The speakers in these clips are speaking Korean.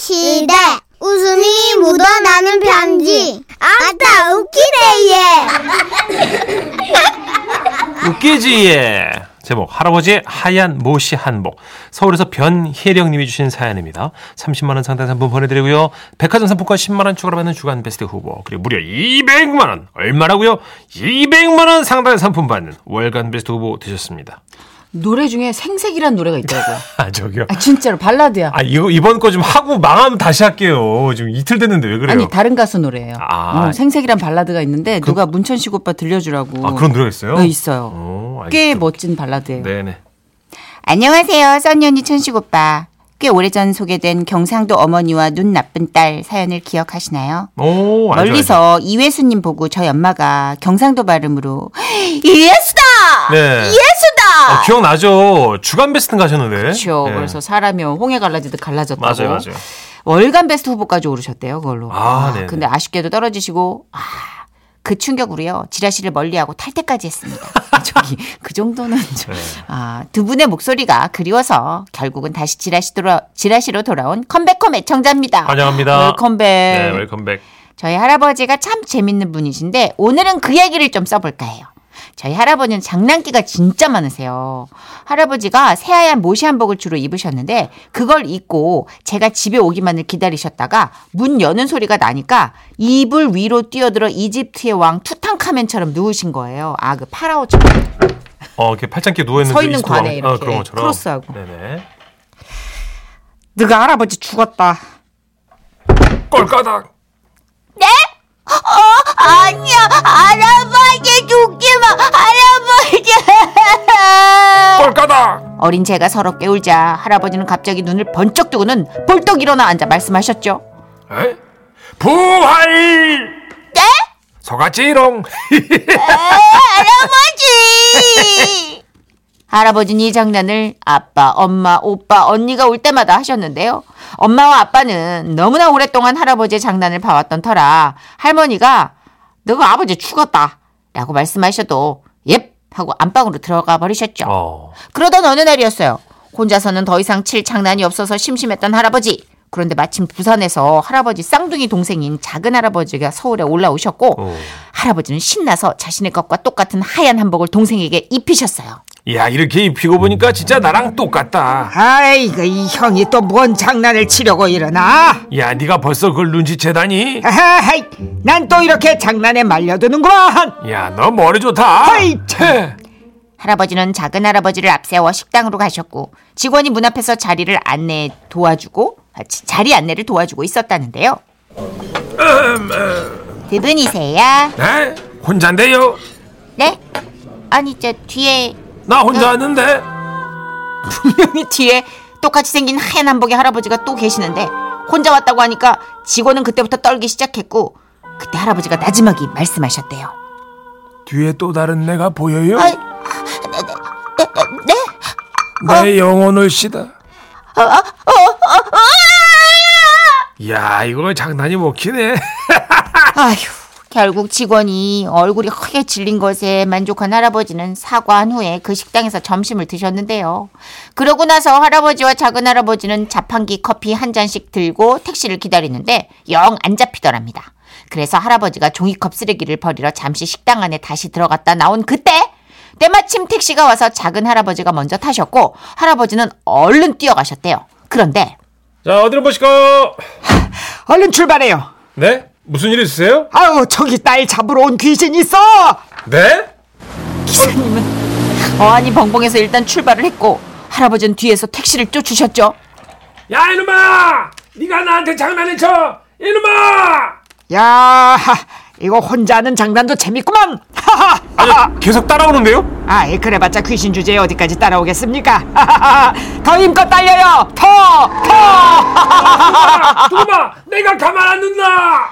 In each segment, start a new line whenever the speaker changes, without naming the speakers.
시대 웃음이 묻어나는 편지 아따 웃기네
웃기지 예. 제목 할아버지의 하얀 모시 한복 서울에서 변혜령님이 주신 사연입니다. 30만 원 상당 상품 보내드리고요. 백화점 상품권 10만 원 추가로 받는 주간 베스트 후보 그리고 무려 200만 원 얼마라고요? 200만 원 상당의 상품 받는 월간 베스트 후보 되셨습니다.
노래 중에 생색이란 노래가 있더라고요.
아 저기요.
아, 진짜로 발라드야.
아 이거 이번 거 좀 하고 망하면 다시 할게요. 지금 이틀 됐는데 왜 그래요?
아니 다른 가수 노래예요.
아.
어, 생색이란 발라드가 있는데 누가 문천식 오빠 들려주라고.
아, 그런 노래가 있어요?
어, 있어요.
어, 알겠-
꽤 멋진 발라드예요.
네네.
안녕하세요, 썬언니 천식 오빠. 꽤 오래전 소개된 경상도 어머니와 눈 나쁜 딸 사연을 기억하시나요?
오 어, 알죠, 알죠.
멀리서 이회수님 보고 저희 엄마가 경상도 발음으로 이회수다!
네.
이회수다!
아, 기억나죠? 주간 베스트 가셨는데.
그렇죠.
네.
그래서 사람이 홍해 갈라지듯 갈라졌다고.
맞아요, 맞아요.
월간 베스트 후보까지 오르셨대요, 그걸로.
아, 네네.
근데 아쉽게도 떨어지시고 아, 그 충격으로요. 지라시를 멀리하고 탈퇴까지 했습니다. 저기
그 정도는 좀.
네.
아, 두 분의 목소리가 그리워서 결국은 다시 지라시 돌아, 지라시로 돌아온 컴백홈 애청자입니다.
환영합니다.
웰컴백.
네, 웰컴백.
저희 할아버지가 참 재밌는 분이신데 오늘은 그 얘기를 좀 써볼까 해요. 저희 할아버지는 장난기가 진짜 많으세요. 할아버지가 새하얀 모시 한복을 주로 입으셨는데 그걸 입고 제가 집에 오기만을 기다리셨다가 문 여는 소리가 나니까 이불 위로 뛰어들어 이집트의 왕 투탕카멘처럼 누우신 거예요. 아 그 파라오처럼.
어, 이렇게 팔짱 끼 누워 있는
서 있는 관에 이렇게
어, 그런 것처럼.
크로스하고.
네네.
네가 할아버지 죽었다.
꼴까닥.
어? 아니야 할아버지 죽지마 할아버지.
꼴까닥.
어린 제가 서럽게 울자 할아버지는 갑자기 눈을 번쩍 뜨고는 벌떡 일어나 앉아 말씀하셨죠.
에? 부활. 네? 소가지롱.
할아버지! 할아버지는 이 장난을 아빠, 엄마, 오빠, 언니가 올 때마다 하셨는데요. 엄마와 아빠는 너무나 오랫동안 할아버지의 장난을 봐왔던 터라 할머니가 너가 아버지 죽었다 라고 말씀하셔도 옙 하고 안방으로 들어가 버리셨죠.
어.
그러던 어느 날이었어요. 혼자서는 더 이상 칠 장난이 없어서 심심했던 할아버지. 그런데 마침 부산에서 할아버지 쌍둥이 동생인 작은 할아버지가 서울에 올라오셨고
오.
할아버지는 신나서 자신의 것과 똑같은 하얀 한복을 동생에게 입히셨어요.
야, 이렇게 입히고 보니까 진짜 나랑 똑같다.
아이고 이 형이 또 뭔 장난을 치려고 이러나?
야, 네가 벌써 그걸 눈치채다니.
아하이, 난 또 이렇게 장난에 말려드는구만.
야, 너 머리 좋다.
아이 참.
할아버지는 작은 할아버지를 앞세워 식당으로 가셨고 직원이 문 앞에서 자리를 안내 도와주고 아, 지- 자리 안내를 도와주고 있었다는데요. 그분이세요?
네? 혼잔데요?
네? 아니 저 뒤에
나 혼자
어?
왔는데.
분명히 뒤에 똑같이 생긴 하얀 한복의 할아버지가 또 계시는데 혼자 왔다고 하니까 직원은 그때부터 떨기 시작했고 그때 할아버지가 나지막이 말씀하셨대요.
뒤에 또 다른 내가 보여요?
아이, 네? 네?
내 영혼을 씨다.
어, 어, 어, 어, 어!
야, 이거 장난이 먹히네.
아휴, 결국 직원이 얼굴이 크게 질린 것에 만족한 할아버지는 사과한 후에 그 식당에서 점심을 드셨는데요. 그러고 나서 할아버지와 작은 할아버지는 자판기 커피 한 잔씩 들고 택시를 기다리는데 영 안 잡히더랍니다. 그래서 할아버지가 종이컵 쓰레기를 버리러 잠시 식당 안에 다시 들어갔다 나온 그때 때마침 택시가 와서 작은 할아버지가 먼저 타셨고 할아버지는 얼른 뛰어가셨대요. 그런데
자, 어디로 보실까?
얼른 출발해요.
네? 무슨 일 있으세요?
아우 저기 딸 잡으러 온 귀신 있어.
네?
어안이 벙벙해서 일단 출발을 했고 할아버지는 뒤에서 택시를 쫓으셨죠.
야 이놈아! 네가 나한테 장난을 쳐! 이놈아!
야, 이거 혼자 하는 장난도 재밌구만. 하하.
아니, 계속 따라오는데요?
아이 그래봤자 귀신 주제에 어디까지 따라오겠습니까? 하하하. 더 힘껏 딸려요. 더, 더.
두고봐! 아, 내가 가만 안 둔다!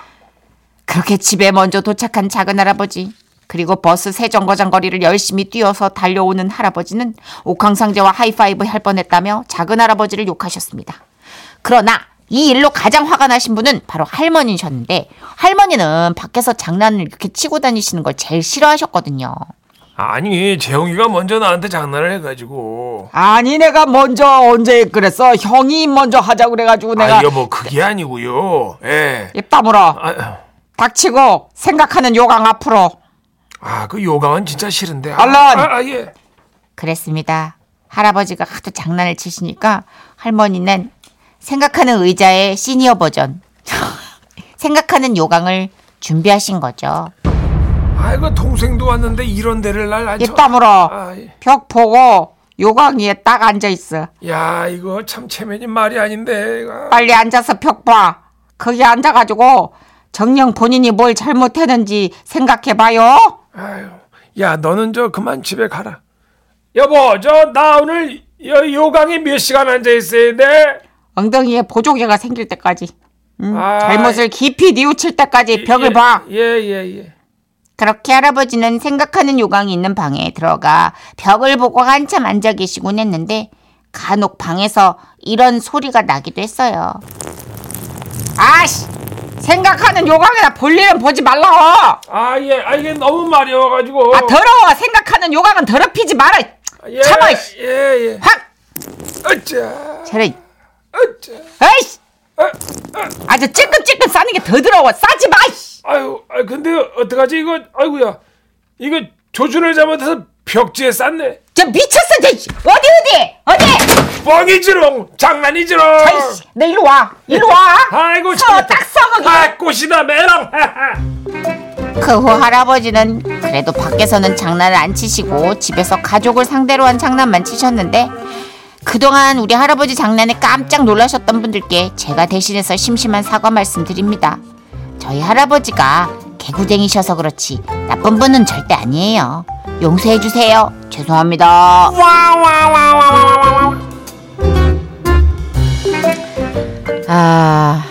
그렇게 집에 먼저 도착한 작은 할아버지 그리고 버스 세 정거장 거리를 열심히 뛰어서 달려오는 할아버지는 옥황상제와 하이파이브 할 뻔했다며 작은 할아버지를 욕하셨습니다. 그러나 이 일로 가장 화가 나신 분은 바로 할머니셨는데 할머니는 밖에서 장난을 이렇게 치고 다니시는 걸 제일 싫어하셨거든요.
아니 재홍이가 먼저 나한테 장난을 해가지고
아니 내가 먼저 언제 그랬어? 형이 먼저 하자고 그래가지고 내가
아 여보 그게 아니고요 예.
입 다물어
아,
닥치고 생각하는 요강 앞으로
아, 그 요강은 진짜 싫은데. 아,
알람!
아, 아, 예.
그랬습니다. 할아버지가 하도 장난을 치시니까 할머니는 생각하는 의자의 시니어 버전. 생각하는 요강을 준비하신 거죠.
아이고 동생도 왔는데 이런 데를 날 아주.
입 다물어
아, 예.
벽 보고 요강 위에 딱 앉아있어
야 이거 참 체면이 말이 아닌데. 아.
빨리 앉아서 벽봐 거기 앉아가지고 정녕 본인이 뭘 잘못했는지 생각해봐요
아유, 야 너는 저 그만 집에 가라. 여보 저 나 오늘 여, 요강에 몇 시간 앉아 있어야 돼?
엉덩이에 보조개가 생길 때까지 음,
아,
잘못을 깊이 뉘우칠 때까지 벽을
예,
봐
예, 예, 예.
그렇게 할아버지는 생각하는 요강이 있는 방에 들어가 벽을 보고 한참 앉아 계시곤 했는데 간혹 방에서 이런 소리가 나기도 했어요.
아씨 생각하는 요강이나 볼일은 보지 말라
아 예, 아 이게 너무 마려워가지고.
아 더러워 생각하는 요강은 더럽히지 마라
어. 예,
참아, 이씨.
예, 예.
확
어째,
차라리
어째.
에이씨 아주 찔끔찔끔 싸는 게 더 더러워 싸지 마 이씨.
아유, 아 근데 어떡하지 이거? 아이고야, 이거 조준을 잘못해서 벽지에 쌌네.
저 미쳤어 저 이씨. 어디 어디 어디
뻥이지롱, 장난이지롱.
아이씨 너 일로 와 일로 와
어. 아이고,
썩어 딱 썩어 그냥.
아 꽃이다 매랑.
그 후 할아버지는 그래도 밖에서는 장난을 안 치시고 집에서 가족을 상대로 한 장난만 치셨는데 그동안 우리 할아버지 장난에 깜짝 놀라셨던 분들께 제가 대신해서 심심한 사과 말씀드립니다. 저희 할아버지가 개구쟁이셔서 그렇지 나쁜 분은 절대 아니에요. 용서해 주세요. 죄송합니다.
아,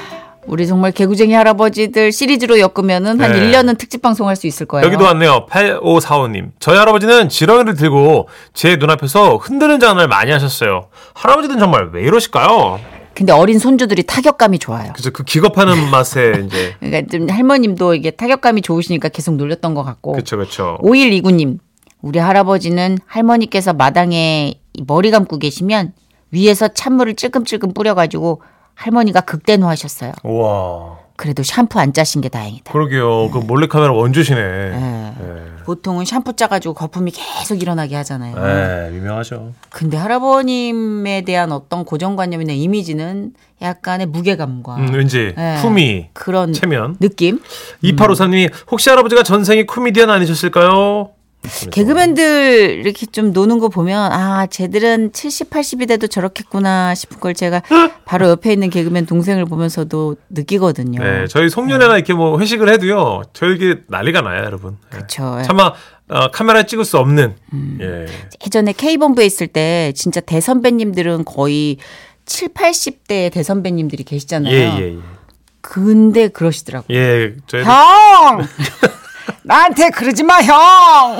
우리 정말 개구쟁이 할아버지들 시리즈로 엮으면은 한
네.
1년은 특집 방송할 수 있을 거예요.
여기도 왔네요. 8545님. 저희 할아버지는 지렁이를 들고 제 눈앞에서 흔드는 장난을 많이 하셨어요. 할아버지는 정말 왜 이러실까요?
근데 어린 손주들이 타격감이 좋아요.
그래서 그 기겁하는 맛에 이제
그러니까 좀 할머님도 이게 타격감이 좋으시니까 계속 놀렸던 것 같고.
그쵸 그쵸.
5129님, 우리 할아버지는 할머니께서 마당에 이 머리 감고 계시면 위에서 찬물을 찔끔찔끔 뿌려가지고 할머니가 극대노하셨어요.
우와.
그래도 샴푸 안 짜신 게 다행이다.
그러게요. 그 몰래 카메라 원조시네.
예. 보통은 샴푸 짜가지고 거품이 계속 일어나게 하잖아요.
예, 유명하죠.
근데 할아버님에 대한 어떤 고정관념이나 이미지는 약간의 무게감과
음, 왠지
예,
품위,
그런
체면.
느낌.
2853님이 혹시 할아버지가 전생에 코미디언 아니셨을까요?
개그맨들 이렇게 좀 노는 거 보면 아 쟤들은 70, 80이 돼도 저렇겠구나 싶은 걸 제가 바로 옆에 있는 개그맨 동생을 보면서도 느끼거든요.
네, 저희 송년회나 이렇게 뭐 회식을 해도요, 저에게 난리가 나요, 여러분. 예.
그렇죠.
차마 어, 카메라 찍을 수 없는.
음.
예.
예전에 K본부에 있을 때 진짜 대선배님들은 거의 7, 80대의 대선배님들이 계시잖아요.
예예예.
근데 그러시더라고요.
예, 저희
형! 나한테 그러지 마, 형!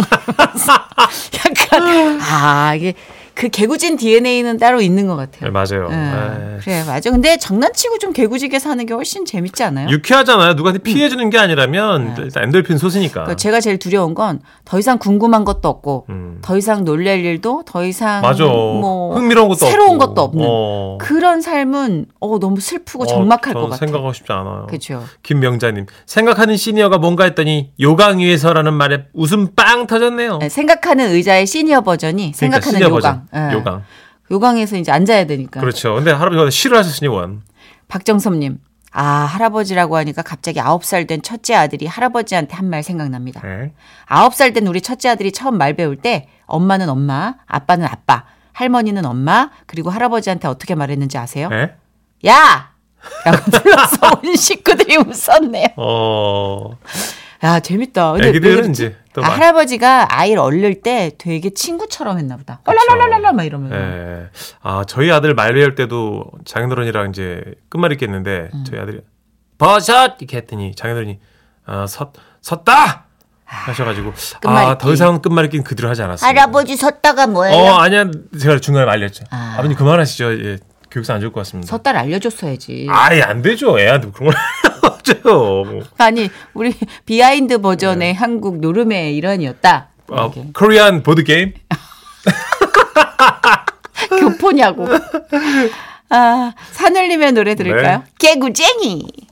약간 아 이게 그 개구진 DNA는 따로 있는 것 같아요.
예, 맞아요.
예,
예.
그래 맞아. 근데 장난치고 좀 개구지게 사는 게 훨씬 재밌지 않아요?
유쾌하잖아요. 누구한테 피해 주는 게 아니라면 일단 엔돌핀 소스니까.
음. 네. 그러니까 제가 제일 두려운 건 더 이상 궁금한 것도 없고
음.
더 이상 놀랄 일도 더 이상
맞아.
뭐
흥미로운 것도
새로운
없고.
것도 없는
어.
그런 삶은 어 너무 슬프고
어,
적막할 것
저는
같아요.
생각하고 싶지 않아요.
그렇죠.
김명자님 생각하는 시니어가 뭔가 했더니 요강 위에서라는 말에 웃음 빵 터졌네요.
네, 생각하는 의자의 시니어 버전이
그러니까
생각하는
시니어
요강.
버전.
예.
요강.
요강에서 이제 앉아야 되니까.
그렇죠. 근데 할아버지가 싫어하셨으니 원.
박정섭님. 아, 할아버지라고 하니까 갑자기 9살 된 첫째 아들이 할아버지한테 한 말 생각납니다.
네.
9살 된 우리 첫째 아들이 처음 말 배울 때 엄마는 엄마, 아빠는 아빠, 할머니는 엄마, 그리고 할아버지한테 어떻게 말했는지 아세요?
네?
야! 라고 불러서 온 식구들이 웃었네요.
어.
야, 재밌다. 근데 왜
애기들은
그러지?
이제 또
아,
막-
할아버지가 아이를 얼릴 때 되게 친구처럼 했나 보다. 얼랄랄랄랄라 막 이러면.
예. 아, 저희 아들 말 배울 때도 장인어른이랑 이제 끝말잇기 했는데
음.
저희 아들이 버섯 이렇게 했더니 장인어른이 아, 섰 섰다 하셔 가지고 아,
끝말잇기.
더 이상 끝말잇기는 그대로 하지 않았어요.
할아버지 섰다가 뭐예요?
어, 아니야. 제가 중간에 알렸죠. 아. 버님 그만하시죠. 예. 교육사 안 좋을 것 같습니다.
섣달 알려줬어야지.
아예 안 되죠. 애한테 그런 걸 하죠.
아니, 우리 비하인드 버전의 한국 노름의 일환이었다. 네. 어, 코리안 보드 게임.
교포냐고. 아, 산울림의 노래 들을까요?
네.
개구쟁이.